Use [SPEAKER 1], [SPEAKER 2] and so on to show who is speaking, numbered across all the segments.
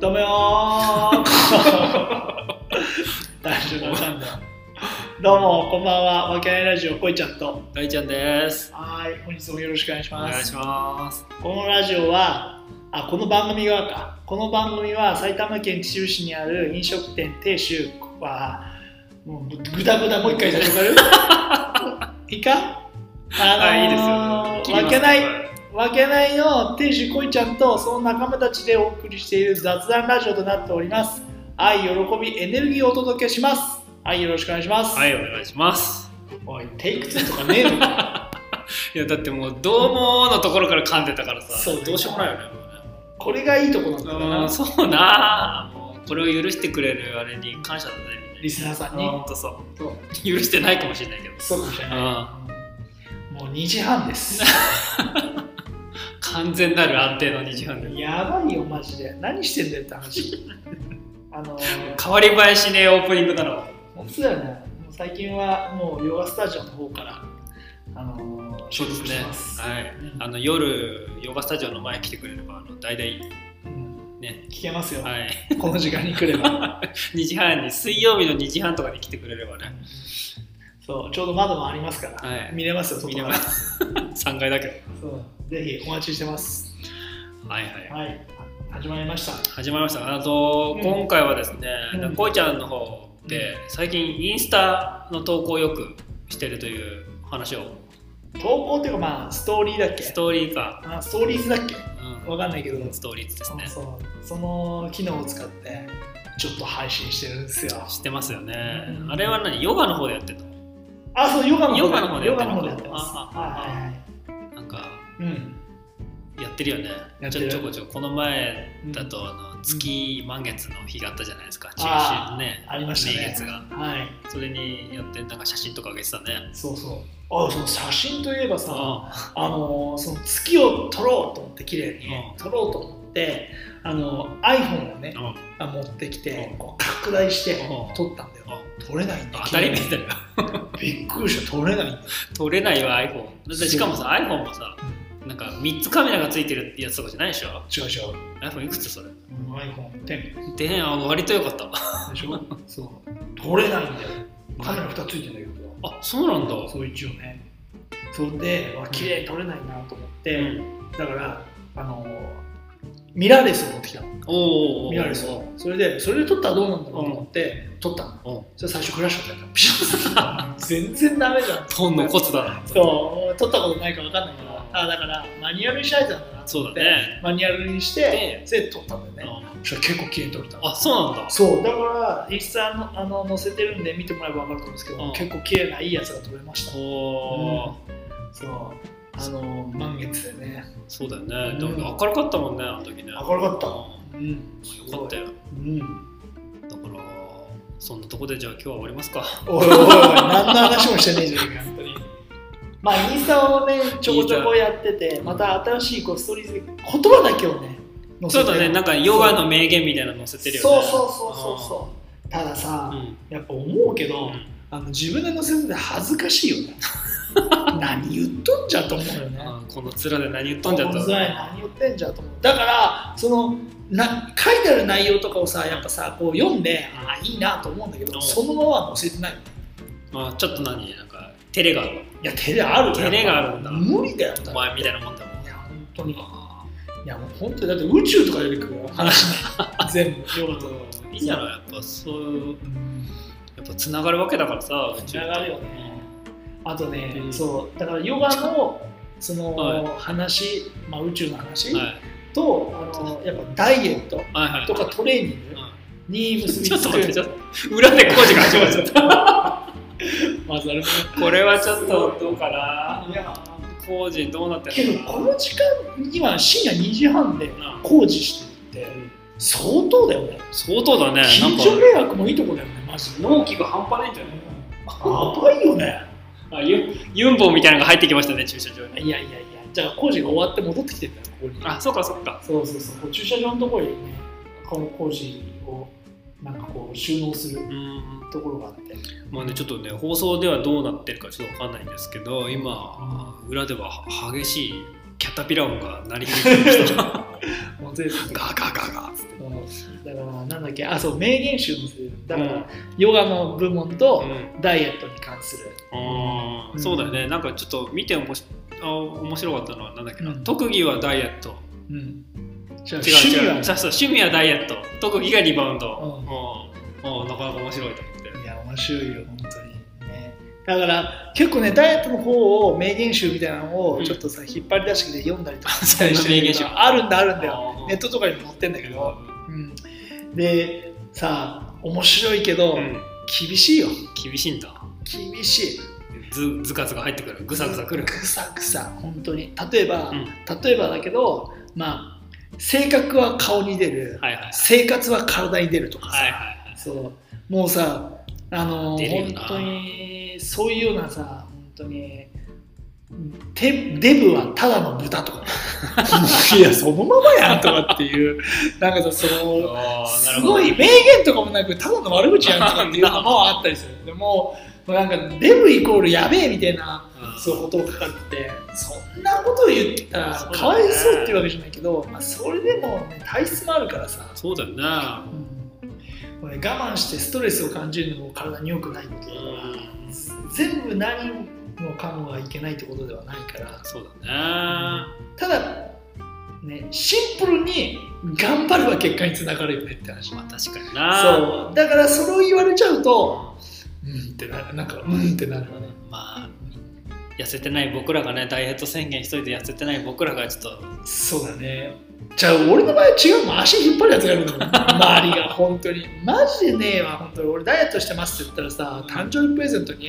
[SPEAKER 1] 止めよー単純な単だどうもこんばんはわけないラジオこいちゃんと
[SPEAKER 2] 大ちゃんです。
[SPEAKER 1] はーい本日もよろしくお願いし
[SPEAKER 2] お
[SPEAKER 1] ます
[SPEAKER 2] 願いします。
[SPEAKER 1] このラジオはあこの番組側かこの番組は埼玉県秩父市にある飲食店亭主はもうぐだぐだもう一回さ せてくれるいいか
[SPEAKER 2] あ、いいです
[SPEAKER 1] あのー
[SPEAKER 2] よ。
[SPEAKER 1] わけない
[SPEAKER 2] は
[SPEAKER 1] わけないの亭主こいちゃんとその仲間たちでお送りしている雑談ラジオとなっております愛喜びエネルギーをお届けしますはいよろしくお願いします、
[SPEAKER 2] い、お願いします。
[SPEAKER 1] おいテイク2とかねえのか
[SPEAKER 2] いや、だってもう、どうもーのところから噛んでたからさ。
[SPEAKER 1] そう
[SPEAKER 2] どうしようもないよね。
[SPEAKER 1] これがいいとこなんだよ
[SPEAKER 2] う、
[SPEAKER 1] なん
[SPEAKER 2] そうなー。もう、これを許してくれるあれに感謝だね。
[SPEAKER 1] リスナーさんに
[SPEAKER 2] ほんとそう。
[SPEAKER 1] そう
[SPEAKER 2] 許してないかもしれないけど。
[SPEAKER 1] そうかもしれない
[SPEAKER 2] うん
[SPEAKER 1] もう2時半です
[SPEAKER 2] 完全なる安定の2時半で。
[SPEAKER 1] やばいよマジで何してんだよって 話あのー
[SPEAKER 2] 変わり映えしねえオープニングだろ。
[SPEAKER 1] 本当だよねもう最近はもうヨガスタジオの方からあのー
[SPEAKER 2] そうで
[SPEAKER 1] 収
[SPEAKER 2] す
[SPEAKER 1] 録して
[SPEAKER 2] ね
[SPEAKER 1] ま。す
[SPEAKER 2] はい。
[SPEAKER 1] うん
[SPEAKER 2] あの、夜、ヨガスタジオの前来てくれれば、あの、大体、
[SPEAKER 1] うん
[SPEAKER 2] ね
[SPEAKER 1] 聞けますよ、
[SPEAKER 2] はい。
[SPEAKER 1] この時間に来れば
[SPEAKER 2] 2時半に水曜日の2時半とかに来てくれればね
[SPEAKER 1] そう、ちょうど窓もありますから、
[SPEAKER 2] はい
[SPEAKER 1] 見れますよ、外から
[SPEAKER 2] 見れま3階だけ
[SPEAKER 1] そうぜひお待ちしてます。
[SPEAKER 2] どはいはい
[SPEAKER 1] はい、始まりました。
[SPEAKER 2] 始まりましたあと、
[SPEAKER 1] うん
[SPEAKER 2] 今回はですね、
[SPEAKER 1] うん
[SPEAKER 2] こいちゃんの方で最近インスタの投稿をよくしてるという話を
[SPEAKER 1] 投稿っていうか、まあ、ストーリーだっけ
[SPEAKER 2] ストーリーか、
[SPEAKER 1] あストーリーズだっけ
[SPEAKER 2] う
[SPEAKER 1] わかんないけど、
[SPEAKER 2] ん、ストーリーズです
[SPEAKER 1] そう
[SPEAKER 2] ね
[SPEAKER 1] そうその機能を使って、ちょっと配信してるんですよ。
[SPEAKER 2] 知ってますよね、
[SPEAKER 1] うん
[SPEAKER 2] あれは何ヨガの方でやってるの
[SPEAKER 1] あ、そう、ヨガの
[SPEAKER 2] ヨガの方で
[SPEAKER 1] ヨ
[SPEAKER 2] やっ
[SPEAKER 1] ガ
[SPEAKER 2] てる
[SPEAKER 1] の
[SPEAKER 2] の
[SPEAKER 1] 方でやってます。
[SPEAKER 2] ああ
[SPEAKER 1] はいはいはい。
[SPEAKER 2] なんか
[SPEAKER 1] うん。
[SPEAKER 2] やってるよね
[SPEAKER 1] やっ
[SPEAKER 2] ち
[SPEAKER 1] て
[SPEAKER 2] ょ
[SPEAKER 1] る
[SPEAKER 2] ちょこちょここの前だと、あの月満月の日があったじゃないですか中秋のね
[SPEAKER 1] ありましたね。
[SPEAKER 2] 名月が
[SPEAKER 1] はい。
[SPEAKER 2] それにやってなんか写真とか上げてたね
[SPEAKER 1] そうそう。あ、その写真といえばさ、
[SPEAKER 2] あ
[SPEAKER 1] あのーその月を撮ろうと思って綺麗に
[SPEAKER 2] うん
[SPEAKER 1] 撮ろうと思って、あのー iPhone をね
[SPEAKER 2] あ
[SPEAKER 1] 持ってきて
[SPEAKER 2] うん
[SPEAKER 1] こう拡大して
[SPEAKER 2] うん
[SPEAKER 1] 撮ったんだよ撮れないんだよ
[SPEAKER 2] 当たり前だよ
[SPEAKER 1] びっくりした撮れないんだよ
[SPEAKER 2] 取れないわ iPhone だってしかもさ iPhone もさなんか3つカメラがついてるやつとかじゃないでしょ
[SPEAKER 1] 違う違う
[SPEAKER 2] iPhone いくつそれ
[SPEAKER 1] iPhone10 で
[SPEAKER 2] であ割とよかった
[SPEAKER 1] しょそう撮れないんだよカメラ2ついてんだけど
[SPEAKER 2] あそうなんだ
[SPEAKER 1] そう一応ねそれでわ綺麗に撮れないなと思って、
[SPEAKER 2] うん
[SPEAKER 1] だからあのーミラーレスを持ってきたの
[SPEAKER 2] おお
[SPEAKER 1] ミラーレスをそれでそれで撮ったらどうなんだろうと思って撮ったの
[SPEAKER 2] お
[SPEAKER 1] それ最初クラッシュだったよピシャッ全然ダメじゃん
[SPEAKER 2] トンのコツだな
[SPEAKER 1] そう撮ったことないから分かんないけどあだからマニュアルにしないとなんだな
[SPEAKER 2] そうだね
[SPEAKER 1] マニュアルにして
[SPEAKER 2] で
[SPEAKER 1] それで撮ったんだよね
[SPEAKER 2] あ
[SPEAKER 1] そしたら結構綺麗に撮れた
[SPEAKER 2] あそうなんだ
[SPEAKER 1] そうだからインスタのあの載せてるんで見てもらえば分かると思うんですけ
[SPEAKER 2] う
[SPEAKER 1] ど
[SPEAKER 2] ん
[SPEAKER 1] 結構綺麗ないいやつが撮れました
[SPEAKER 2] おー
[SPEAKER 1] そうあの満月でね
[SPEAKER 2] そうだよね、
[SPEAKER 1] うん
[SPEAKER 2] でも明るかったもんねあの時ね
[SPEAKER 1] 明るかった
[SPEAKER 2] う
[SPEAKER 1] うんす
[SPEAKER 2] んよかったよ
[SPEAKER 1] うん
[SPEAKER 2] だからそんなとこでじゃあ今日は終わりますか
[SPEAKER 1] おいおいおい何の話もしてねえじゃねえか本当にまあインスタをねちょこちょこやっててまた新しいこうストーリーズで言葉だけをね載
[SPEAKER 2] そ
[SPEAKER 1] せ
[SPEAKER 2] うだ
[SPEAKER 1] て
[SPEAKER 2] ねなんかヨガの名言みたいなの載せてるよね
[SPEAKER 1] そうそうそうそうそうたださ、
[SPEAKER 2] うん
[SPEAKER 1] やっぱ思うけど、
[SPEAKER 2] うん
[SPEAKER 1] あの自分で載せてて恥ずかし いよね何言っとんじゃと思うよね
[SPEAKER 2] あーこの面で何言っとんじゃっ
[SPEAKER 1] この
[SPEAKER 2] た
[SPEAKER 1] 図案何言ってんじゃと思うだからそのな書いてある内容とかをさやっぱさこう読んでああいいなと思うんだけ
[SPEAKER 2] う
[SPEAKER 1] ど
[SPEAKER 2] ん
[SPEAKER 1] そのまま載せてないい
[SPEAKER 2] あーちょっと何なんか照れがある
[SPEAKER 1] や照れあるよ
[SPEAKER 2] 照れがあるんだ
[SPEAKER 1] 無理だよ
[SPEAKER 2] お前みたいなもんだもん
[SPEAKER 1] いや本当に
[SPEAKER 2] あ
[SPEAKER 1] いやもう本当にだって宇宙とか出てくるよ話 が全部要は
[SPEAKER 2] ーいいじゃないやっぱそういうやっぱつながるわけだからさ宇宙
[SPEAKER 1] つ
[SPEAKER 2] と
[SPEAKER 1] ながるよねあとね、
[SPEAKER 2] うん
[SPEAKER 1] そうだからヨガのその、
[SPEAKER 2] はい
[SPEAKER 1] 話、まあ、宇宙の話、
[SPEAKER 2] はい
[SPEAKER 1] とあのやっぱダイエット
[SPEAKER 2] はいはい
[SPEAKER 1] とかトレーニングに
[SPEAKER 2] う
[SPEAKER 1] 結
[SPEAKER 2] ん
[SPEAKER 1] び
[SPEAKER 2] ちょっ
[SPEAKER 1] つ
[SPEAKER 2] と
[SPEAKER 1] く
[SPEAKER 2] 待ってちょっと裏で工事が始まっちゃった
[SPEAKER 1] まずあれも
[SPEAKER 2] これはちょっとどうかない
[SPEAKER 1] や
[SPEAKER 2] 工事どうなって
[SPEAKER 1] けどこの時間今深夜2時半で
[SPEAKER 2] な
[SPEAKER 1] 工事してるって相当だよね
[SPEAKER 2] 相当だねなん
[SPEAKER 1] 近
[SPEAKER 2] か
[SPEAKER 1] 所迷惑もいいとこだよねマジで
[SPEAKER 2] 納期が半端ないんじゃない
[SPEAKER 1] やばいよね
[SPEAKER 2] あユユンボみたいなのが入ってきましたね駐車場に
[SPEAKER 1] いやいやいやじゃあ工事が終わって戻ってきてんだよここに
[SPEAKER 2] あそうかそうか
[SPEAKER 1] そうそうそう駐車場のところにねこの工事をなんかこう収納する
[SPEAKER 2] うん
[SPEAKER 1] ところ があって
[SPEAKER 2] まあねちょっとね放送ではどうなってるかちょっとわかんないんですけど今裏では激しいキャタピラ音が鳴り響いて ました
[SPEAKER 1] もう全部
[SPEAKER 2] ガーガーガーガーっつって
[SPEAKER 1] だからなんだっけあそう名言集もするだから、ヨガの部門と
[SPEAKER 2] うん
[SPEAKER 1] ダイエットに関する
[SPEAKER 2] あー
[SPEAKER 1] うん
[SPEAKER 2] そうだよねなんかちょっと見ておもしあ面白かったのはなんだっけな、
[SPEAKER 1] うん
[SPEAKER 2] 特技はダイエット
[SPEAKER 1] うん違う
[SPEAKER 2] 違う
[SPEAKER 1] 趣味
[SPEAKER 2] 違
[SPEAKER 1] は
[SPEAKER 2] うそうそう趣味はダイエット特技がリバウンド、
[SPEAKER 1] うん
[SPEAKER 2] うんうんなかなか面白いと思って
[SPEAKER 1] いや面白いよ本当にねだから結構ねダイエットの方を名言集みたいなの
[SPEAKER 2] う
[SPEAKER 1] を
[SPEAKER 2] ん
[SPEAKER 1] ちょっとさ、引っ張り出してきて読んだりとかし
[SPEAKER 2] そ
[SPEAKER 1] た
[SPEAKER 2] ん
[SPEAKER 1] り
[SPEAKER 2] な
[SPEAKER 1] して
[SPEAKER 2] 名言
[SPEAKER 1] る
[SPEAKER 2] 集
[SPEAKER 1] けどあるんだあるんだよ
[SPEAKER 2] よ
[SPEAKER 1] ネットとかにも載ってんだけど、
[SPEAKER 2] う
[SPEAKER 1] うん、でさあ面白いけど、
[SPEAKER 2] んうん
[SPEAKER 1] 厳しいよ
[SPEAKER 2] 厳しいんだ
[SPEAKER 1] 厳しい
[SPEAKER 2] ずずかずか入ってくるぐさぐさくる
[SPEAKER 1] ぐさぐさ本当に例えば、
[SPEAKER 2] うん
[SPEAKER 1] 例えばだけどまあ性格は顔に出る、
[SPEAKER 2] はいはいはい
[SPEAKER 1] 生活は体に出るとかさ、
[SPEAKER 2] はいはい
[SPEAKER 1] そうもうさあの
[SPEAKER 2] 出るよ
[SPEAKER 1] 本
[SPEAKER 2] な
[SPEAKER 1] 当にそういうようなさ本当にてデブはただの豚とか いやそのままやんとかっていうなんかさその
[SPEAKER 2] はい
[SPEAKER 1] すごい名言とかもなくただの悪口やんとか っていうのもあったりするでももうなんかデブイコールやべえみたいなそうことを書かれててそんなことを言ったら
[SPEAKER 2] そうだね
[SPEAKER 1] かわいそうっていうわけじゃないけど、まあ、それでも、ね、体質もあるからさ、
[SPEAKER 2] そうだよね
[SPEAKER 1] うんこれ我慢してストレスを感じるのも体に良くないことだから、全部何もかもがいけないってことではないから
[SPEAKER 2] そうだね
[SPEAKER 1] ただねシンプルに頑張れば結果につながるよねって話
[SPEAKER 2] まあ確かにな
[SPEAKER 1] そうだからそれを言われちゃうとうんってなるなんかうんってなるよね
[SPEAKER 2] まあ痩せてない僕らがねダイエット宣言しといて痩せてない僕らがちょっと
[SPEAKER 1] そうだねじゃあ俺の場合は違うもん足引っ張るやつがいるの周りが本当にマジでねえわ本当に俺ダイエットしてますって言ったらさ誕生日プレゼントに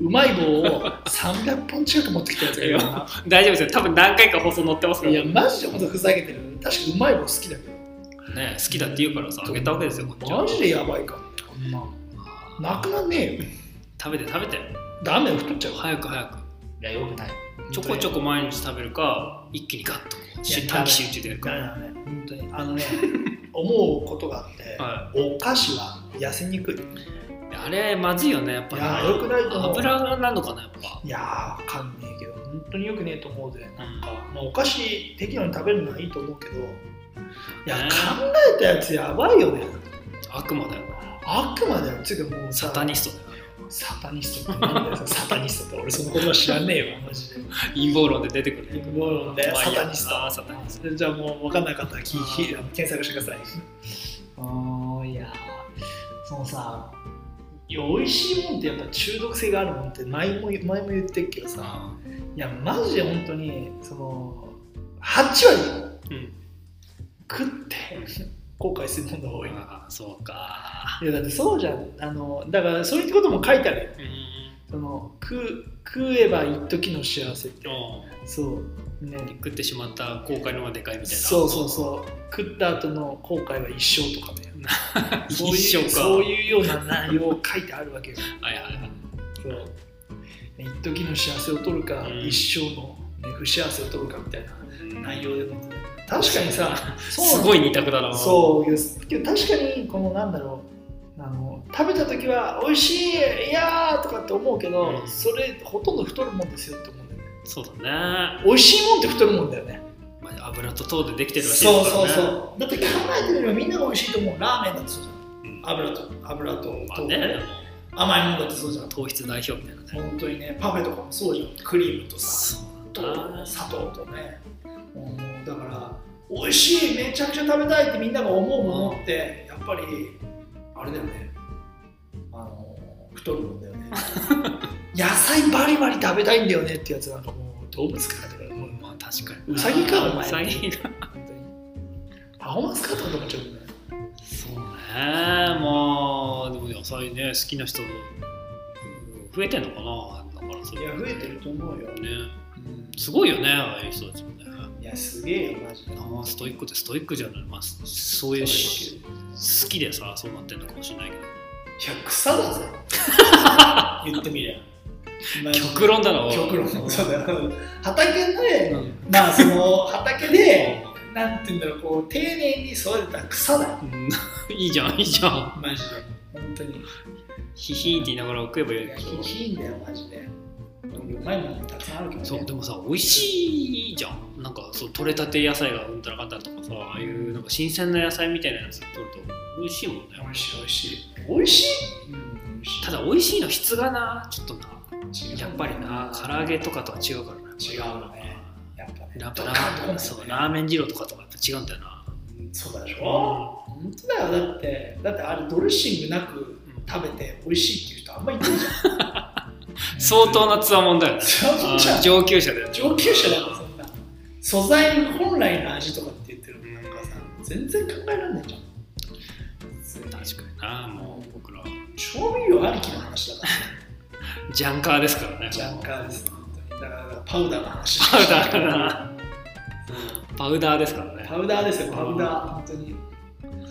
[SPEAKER 1] うまい棒を300本近く持ってきたやつがいるか
[SPEAKER 2] 大丈夫ですよ多分何回か放送載ってますからら
[SPEAKER 1] い
[SPEAKER 2] ね
[SPEAKER 1] やマジで本当ふざけてる確かうまい棒好きだけ
[SPEAKER 2] ね好きだって言うからさあげたわけですよこっち
[SPEAKER 1] ど
[SPEAKER 2] は
[SPEAKER 1] マジでやばいからねこんなのなくなんねえよ
[SPEAKER 2] 食べて食べて
[SPEAKER 1] ダメよ太っちゃう
[SPEAKER 2] 早く早く
[SPEAKER 1] いやよくない
[SPEAKER 2] ちょこちょこ毎日食べるか一気にガッと
[SPEAKER 1] いや
[SPEAKER 2] 短期集中でやるか
[SPEAKER 1] だね本当にあのね思うことがあって、
[SPEAKER 2] は
[SPEAKER 1] お菓子は痩せにくい
[SPEAKER 2] あれまずいよねやっぱり
[SPEAKER 1] いや良くないと思う
[SPEAKER 2] 油なのかなやっぱ
[SPEAKER 1] いやーわかんねえけど本当によくねえと思うでなんか、まあ、お菓子適度に食べるのはいいと思うけどいや
[SPEAKER 2] ね
[SPEAKER 1] 考えたやつやばいよね
[SPEAKER 2] 悪魔だよな
[SPEAKER 1] 悪魔だよつうかもうさ
[SPEAKER 2] サタニストだよ
[SPEAKER 1] サタニストってなんだよサタニストって俺その言葉知らねえわマ ジで
[SPEAKER 2] 陰謀論で出てくる
[SPEAKER 1] 陰謀論で
[SPEAKER 2] 怖いよ
[SPEAKER 1] サタニスト
[SPEAKER 2] あーサタニス
[SPEAKER 1] それじゃあもう分かんなかったら聞き
[SPEAKER 2] あ
[SPEAKER 1] 検索してください。あーいやーそのさいや美味しいもんってやっぱ中毒性があるもんって前も前も言ってるけど
[SPEAKER 2] ト
[SPEAKER 1] さ
[SPEAKER 2] あ
[SPEAKER 1] いやマジで本当にその8割
[SPEAKER 2] ーうん
[SPEAKER 1] 食って後悔するものが多い。
[SPEAKER 2] あーそうか
[SPEAKER 1] いやだってそうじゃんあのだからそういうことも書いてあるよ
[SPEAKER 2] う
[SPEAKER 1] そ
[SPEAKER 2] ん
[SPEAKER 1] の食う食えば一時の幸せって
[SPEAKER 2] うん
[SPEAKER 1] そうね
[SPEAKER 2] 食ってしまった後悔の方がでかいみたいな
[SPEAKER 1] そうそうそう食った後の後悔は一生とかね そう
[SPEAKER 2] 一
[SPEAKER 1] い
[SPEAKER 2] 緒
[SPEAKER 1] う
[SPEAKER 2] か
[SPEAKER 1] そういうような内容を書いてあるわけよ。
[SPEAKER 2] はいはいはい
[SPEAKER 1] そう一時の幸せを取るか、
[SPEAKER 2] うん
[SPEAKER 1] 一生のね不幸せを取るかみたいな内容でも確かにさ、そう
[SPEAKER 2] すごい二択だな
[SPEAKER 1] そうですけど確かにこのなんだろうあの食べた時は美味しいいやーとかって思うけど、
[SPEAKER 2] うん
[SPEAKER 1] それほとんど太るもんですよって思うんだよね
[SPEAKER 2] そうだね
[SPEAKER 1] 美味しいもんって太るもんだよね
[SPEAKER 2] まあ油と糖でできてるらしい
[SPEAKER 1] そうそう
[SPEAKER 2] う
[SPEAKER 1] そうだって考えてみればみんなが美味しいと思うラーメンだってそうじ
[SPEAKER 2] ん
[SPEAKER 1] ゃん油と油と、
[SPEAKER 2] まあね
[SPEAKER 1] 甘いもんだってそうじゃん
[SPEAKER 2] 糖質代表みたいなね
[SPEAKER 1] 本当にねパフェとかもそうじゃんクリームとさ
[SPEAKER 2] そう
[SPEAKER 1] と
[SPEAKER 2] だな
[SPEAKER 1] 砂糖とね、うん、だから美味しいめちゃくちゃ食べたいってみんなが思うものってやっぱりあれだよねあの太るもんだよ ね野菜バリバリ食べたいんだよねってやつなんかもう動物かってからもう
[SPEAKER 2] まあ確かに
[SPEAKER 1] うさぎかお前
[SPEAKER 2] うさぎか
[SPEAKER 1] 本当にパフォーマンスかと思っちゃうもんね
[SPEAKER 2] そうねまあでも野菜ね好きな人うん増えてんのかなだからそ
[SPEAKER 1] い
[SPEAKER 2] れ
[SPEAKER 1] や増えてると思うよ、
[SPEAKER 2] ね
[SPEAKER 1] うん
[SPEAKER 2] すごいよねああいう人たちもね
[SPEAKER 1] いやすげえよマジで
[SPEAKER 2] ああストイックってストイックじゃない、まあ、そういうし好きでさそうなってんのかもしれないけど
[SPEAKER 1] いや草だぜ言ってみりゃ
[SPEAKER 2] 極論だなおい
[SPEAKER 1] 極論そうだよ畑
[SPEAKER 2] う
[SPEAKER 1] で
[SPEAKER 2] ん
[SPEAKER 1] まあその畑でなんて言うんだろうこう丁寧に育てた草だよ
[SPEAKER 2] うんいいじゃんいいじゃん
[SPEAKER 1] マジで本当に
[SPEAKER 2] ヒヒーンって言いながら食えばいい
[SPEAKER 1] い
[SPEAKER 2] んだ
[SPEAKER 1] や
[SPEAKER 2] け
[SPEAKER 1] ひ
[SPEAKER 2] ど
[SPEAKER 1] ひいんだよマジでうまいものたくさんあるけど
[SPEAKER 2] そう
[SPEAKER 1] ね
[SPEAKER 2] でもさ美味しいじゃんなんそう取れたて野菜がうんたらかんたらとかさああいうなんか新鮮な野菜みたいなやつ取ると美味しいもんね
[SPEAKER 1] 美味しい美味しい美味しい、うん、
[SPEAKER 2] ただ美味しいの質がなちょっとな
[SPEAKER 1] 美味しい
[SPEAKER 2] やっぱりな唐揚げとかとは違うからな
[SPEAKER 1] 違うよねやっぱね
[SPEAKER 2] やっぱ
[SPEAKER 1] ド
[SPEAKER 2] ラ
[SPEAKER 1] カンとこ
[SPEAKER 2] ー
[SPEAKER 1] ない
[SPEAKER 2] そう
[SPEAKER 1] よね
[SPEAKER 2] ラーメン二郎とかとはやっぱ違うんだよな
[SPEAKER 1] うんそうだでしょ本当だよだってだってあれドレッシングなく食べて美味しいっていう人あんまりい ないじゃん
[SPEAKER 2] 相当なつわもんだよね
[SPEAKER 1] つわもんじゃん
[SPEAKER 2] あー上級者だよね
[SPEAKER 1] 上級者だからそんな素材の本来の味とかって言ってるのなんかさ全然考えられないじゃん
[SPEAKER 2] 確かになもう僕ら
[SPEAKER 1] 調味料ありきの話だから
[SPEAKER 2] ジャンカーですからね
[SPEAKER 1] ジャンカーです本当にだからパウダーの話
[SPEAKER 2] パウダーかなパウダーですからね
[SPEAKER 1] パウダーですよパウダー本当に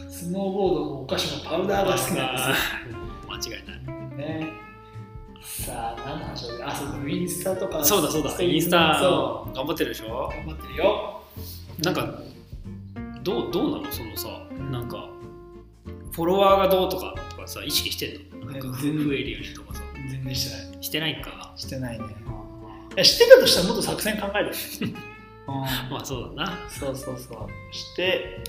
[SPEAKER 1] スノーボードもお菓子もパウダーが好きなんで
[SPEAKER 2] 間違いない
[SPEAKER 1] すよねさあ何の話だっけあそうインスタとか
[SPEAKER 2] そうだそうだ
[SPEAKER 1] い
[SPEAKER 2] インスタ
[SPEAKER 1] そ
[SPEAKER 2] 頑張ってるでしょ
[SPEAKER 1] う頑張ってるよ
[SPEAKER 2] なんかどうどうなのそのさなんかフォロワーがどうとかとかさ意識してんのなんか夫
[SPEAKER 1] 全然
[SPEAKER 2] 婦エリアとかさ
[SPEAKER 1] 全然してない
[SPEAKER 2] してないんか
[SPEAKER 1] してないねいやしてたとしたらもっと作戦考えるよ うん
[SPEAKER 2] まあそうだな
[SPEAKER 1] そうそうそうして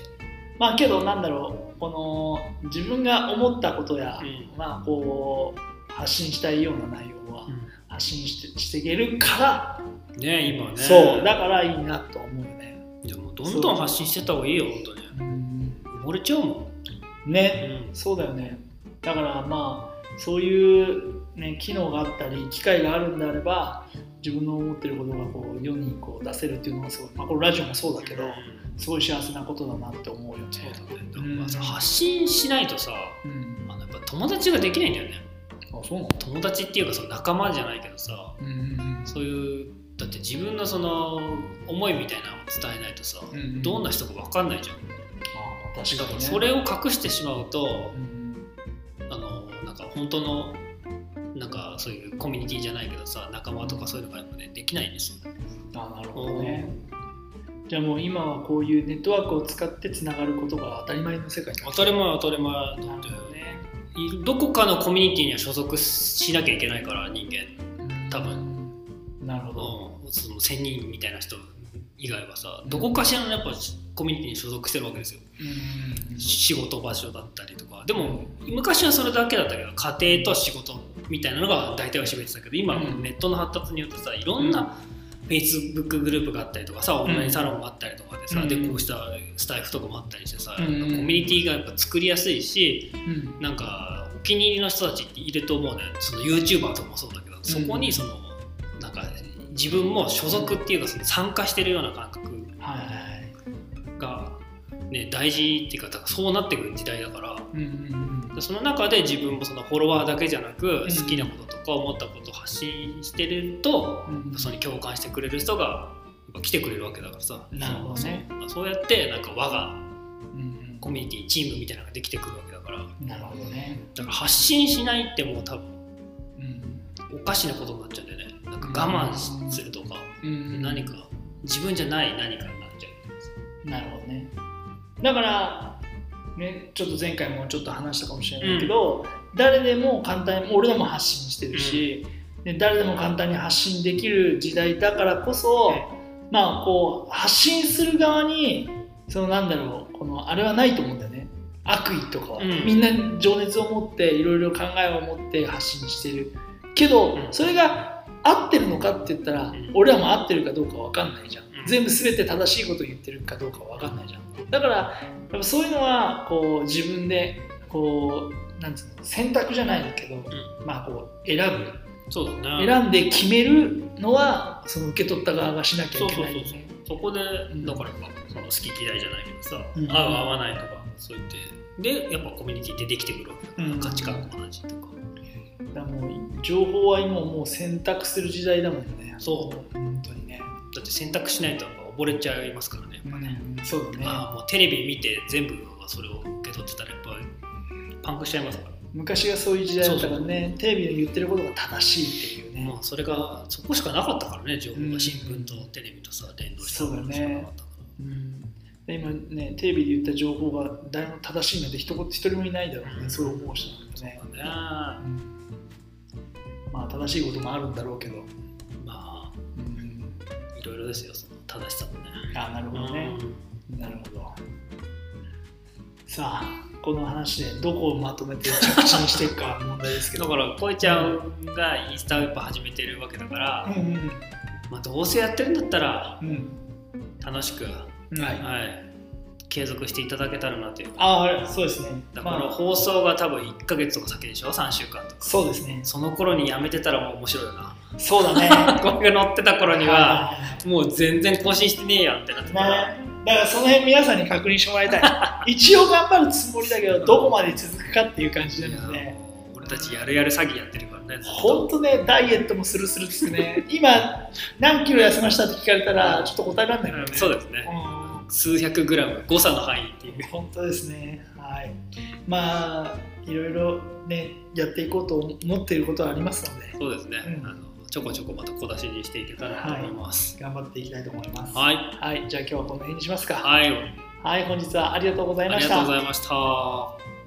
[SPEAKER 1] まあけどなんだろうこの自分が思ったことや、
[SPEAKER 2] うん
[SPEAKER 1] まあこう発信したいような内容は発信してしていけるから、
[SPEAKER 2] ね今ね
[SPEAKER 1] そうだからいいなと思うよね
[SPEAKER 2] いやもうどんどん発信してった方がいいよ本当に埋もれちゃうもんう
[SPEAKER 1] ね、
[SPEAKER 2] ん
[SPEAKER 1] そうだよねだからまあそういう、ね、機能があったり機会があるんであれば自分の思ってることがこう世にこう出せるっていうのがすごい、まあ、これラジオもそうだけどすごい幸せなことだなって思うよね
[SPEAKER 2] そうだね
[SPEAKER 1] うん
[SPEAKER 2] だからさ発信しないとさ
[SPEAKER 1] うん
[SPEAKER 2] あのやっぱ友達ができないんだよね
[SPEAKER 1] あそうなの
[SPEAKER 2] 友達っていうかその仲間じゃないけどさ
[SPEAKER 1] うんうん
[SPEAKER 2] そういうだって自分のその思いみたいなのを伝えないとさ、
[SPEAKER 1] うんうん
[SPEAKER 2] どんな人か分かんないじゃん
[SPEAKER 1] あ確
[SPEAKER 2] だ
[SPEAKER 1] か
[SPEAKER 2] か
[SPEAKER 1] に、ね、
[SPEAKER 2] らそれを隠してしまうと
[SPEAKER 1] うん
[SPEAKER 2] あのなんか本当のなんかそういうコミュニティじゃないけどさ仲間とかそういうのがやっぱねできないんですよ
[SPEAKER 1] あなるほどねじゃあもう今はこういうネットワークを使ってつながることが当たり前の世界に
[SPEAKER 2] 当たり前当たり前だ
[SPEAKER 1] なるほ
[SPEAKER 2] っ
[SPEAKER 1] どね
[SPEAKER 2] てどこかのコミュニティには所属しなきゃいけないから人間多
[SPEAKER 1] 分なるほど、
[SPEAKER 2] うん、その仙人みたいな人以外はさどこかしらのやっぱコミュニティに所属してるわけですよ仕事場所だったりとかでも昔はそれだけだったけど家庭と仕事みたいなのが大体は占めてたけど今はもう
[SPEAKER 1] うん
[SPEAKER 2] ネットの発達によってさいろんな Facebook グループがあったりとかさオンラインサロンがあったりとかでさ、
[SPEAKER 1] うん
[SPEAKER 2] でこうしたスタイフとかもあったりしてさ、
[SPEAKER 1] うん
[SPEAKER 2] コミュニティがやっぱ作りやすいし
[SPEAKER 1] うんうん
[SPEAKER 2] なんかお気に入りの人たちっていると思うねその YouTuber とかもそうだけどそこにその、なんか自分も所属っていうかその参加してるような感覚
[SPEAKER 1] はいはい
[SPEAKER 2] が、ね、大事っていうかだからそうなってくる時代だから
[SPEAKER 1] うんうん
[SPEAKER 2] でその中で自分もそのフォロワーだけじゃなく
[SPEAKER 1] ん
[SPEAKER 2] 好きなこととか思ったことを発信してると、
[SPEAKER 1] うん
[SPEAKER 2] それに共感してくれる人がやっぱ来てくれるわけだからさ
[SPEAKER 1] なるほどね
[SPEAKER 2] そうそうやってなんか我が
[SPEAKER 1] うん
[SPEAKER 2] コミュニティチームみたいなのができてくるわけだからだか
[SPEAKER 1] うんなるほどね、
[SPEAKER 2] ら発信しないってもう多分
[SPEAKER 1] うん
[SPEAKER 2] おかしなことになっちゃうんだよねなんか我慢するとか、
[SPEAKER 1] うん
[SPEAKER 2] 何か自分じゃない何かになっちゃ
[SPEAKER 1] なるほどねだからねちょっと前回もちょっと話したかもしれないけど、誰でも簡単に俺でも発信してるし、ね誰でも簡単に発信できる時代だからこそ、
[SPEAKER 2] ね
[SPEAKER 1] まあこう発信する側にそのなんだろうこのあれはないと思うんだよね悪意とかは、
[SPEAKER 2] うん
[SPEAKER 1] みんな情熱を持っていろいろ考えを持って発信してるけど、
[SPEAKER 2] うん
[SPEAKER 1] それが合ってるのかって言ったら、
[SPEAKER 2] ん
[SPEAKER 1] 俺らも合ってるかどうかわかんないじゃん、
[SPEAKER 2] うん
[SPEAKER 1] 全部全て正しいことを言ってるかどうかわかんないじゃんだからやっぱそういうのはこう自分でこうなんつうの選択じゃないんだけど、
[SPEAKER 2] う
[SPEAKER 1] まあこう選ぶ
[SPEAKER 2] うそうだね
[SPEAKER 1] 選んで決めるのはその受け取った側がしなきゃ
[SPEAKER 2] そ
[SPEAKER 1] いうけ
[SPEAKER 2] そう
[SPEAKER 1] ない
[SPEAKER 2] そうそうそこでだ
[SPEAKER 1] ん
[SPEAKER 2] からやっぱその好き嫌いじゃないけどさ、
[SPEAKER 1] うん
[SPEAKER 2] 合う合わないとかそう言ってでやっぱコミュニティでできてくるわけだから、
[SPEAKER 1] うん
[SPEAKER 2] 価値観の話とか
[SPEAKER 1] だからもう情報は今もう選択する時代だもんね
[SPEAKER 2] そう
[SPEAKER 1] 本当にね
[SPEAKER 2] だって選択しないとやっぱ溺れちゃいますからねやっぱね、
[SPEAKER 1] そうだね
[SPEAKER 2] ああもうテレビ見て全部それを受け取ってたらやっぱパンクしちゃいますから、
[SPEAKER 1] 昔がそういう時代だったからねテレビの言ってることが正しいっていうね、
[SPEAKER 2] まあそれがそこしかなかったからね情報が新聞とテレビとさ連動したものしかなかったか
[SPEAKER 1] うん、で今ねテレビで言った情報が誰も正しいので一言一人もいないだろうね、
[SPEAKER 2] うん
[SPEAKER 1] そう思う人なんでね
[SPEAKER 2] ら、、ねま
[SPEAKER 1] まあ正しいこともあるんだろうけど、
[SPEAKER 2] あいろいろですよその正しさもね。
[SPEAKER 1] あなるほどね、なるほどさあこの話でどこをまとめて着地にしていくか問題ですけ
[SPEAKER 2] だ
[SPEAKER 1] ど
[SPEAKER 2] から、こいちゃんがインスタウェブ始めてるわけだから、
[SPEAKER 1] うんうん
[SPEAKER 2] まあ、どうせやってるんだったら、
[SPEAKER 1] うん
[SPEAKER 2] 楽しく、
[SPEAKER 1] うんはい
[SPEAKER 2] はい、継続していただけたらなという。
[SPEAKER 1] ああそうですね
[SPEAKER 2] だから、
[SPEAKER 1] まあ、
[SPEAKER 2] 放送が多分1ヶ月とか先でしょ、3週間とか。
[SPEAKER 1] そうですね
[SPEAKER 2] その頃にやめてたらもう面白いよな。
[SPEAKER 1] そうだ ね
[SPEAKER 2] 僕が乗ってた頃には、
[SPEAKER 1] いいい
[SPEAKER 2] もう全然更新してねえやんってなってたから
[SPEAKER 1] ね、だからその辺皆さんに確認してもらいた い一応頑張るつもりだけどどこまで続くかっていう感じ
[SPEAKER 2] い
[SPEAKER 1] な
[SPEAKER 2] や
[SPEAKER 1] ので
[SPEAKER 2] もう俺たちやるやる詐欺やってるからねずっと
[SPEAKER 1] 本当ねダイエットもするするっつってね今何キロ痩せましたって聞かれたらちょっと答えられないからね、
[SPEAKER 2] うんそうですね
[SPEAKER 1] うん
[SPEAKER 2] 数百グラム誤差の範囲っていう
[SPEAKER 1] 本当ですねはいまあいろいろねやっていこうと思っていることはありますので
[SPEAKER 2] そうですね、
[SPEAKER 1] うん
[SPEAKER 2] あのちょこちょこまた小出しにしていけたらと思います
[SPEAKER 1] 頑張っていきたいと思います
[SPEAKER 2] はい
[SPEAKER 1] はい、じゃあ今日はこの辺にしますか
[SPEAKER 2] はい、
[SPEAKER 1] はい、本日はありがとうござい
[SPEAKER 2] あ
[SPEAKER 1] ま
[SPEAKER 2] り
[SPEAKER 1] し
[SPEAKER 2] が
[SPEAKER 1] た
[SPEAKER 2] とうございました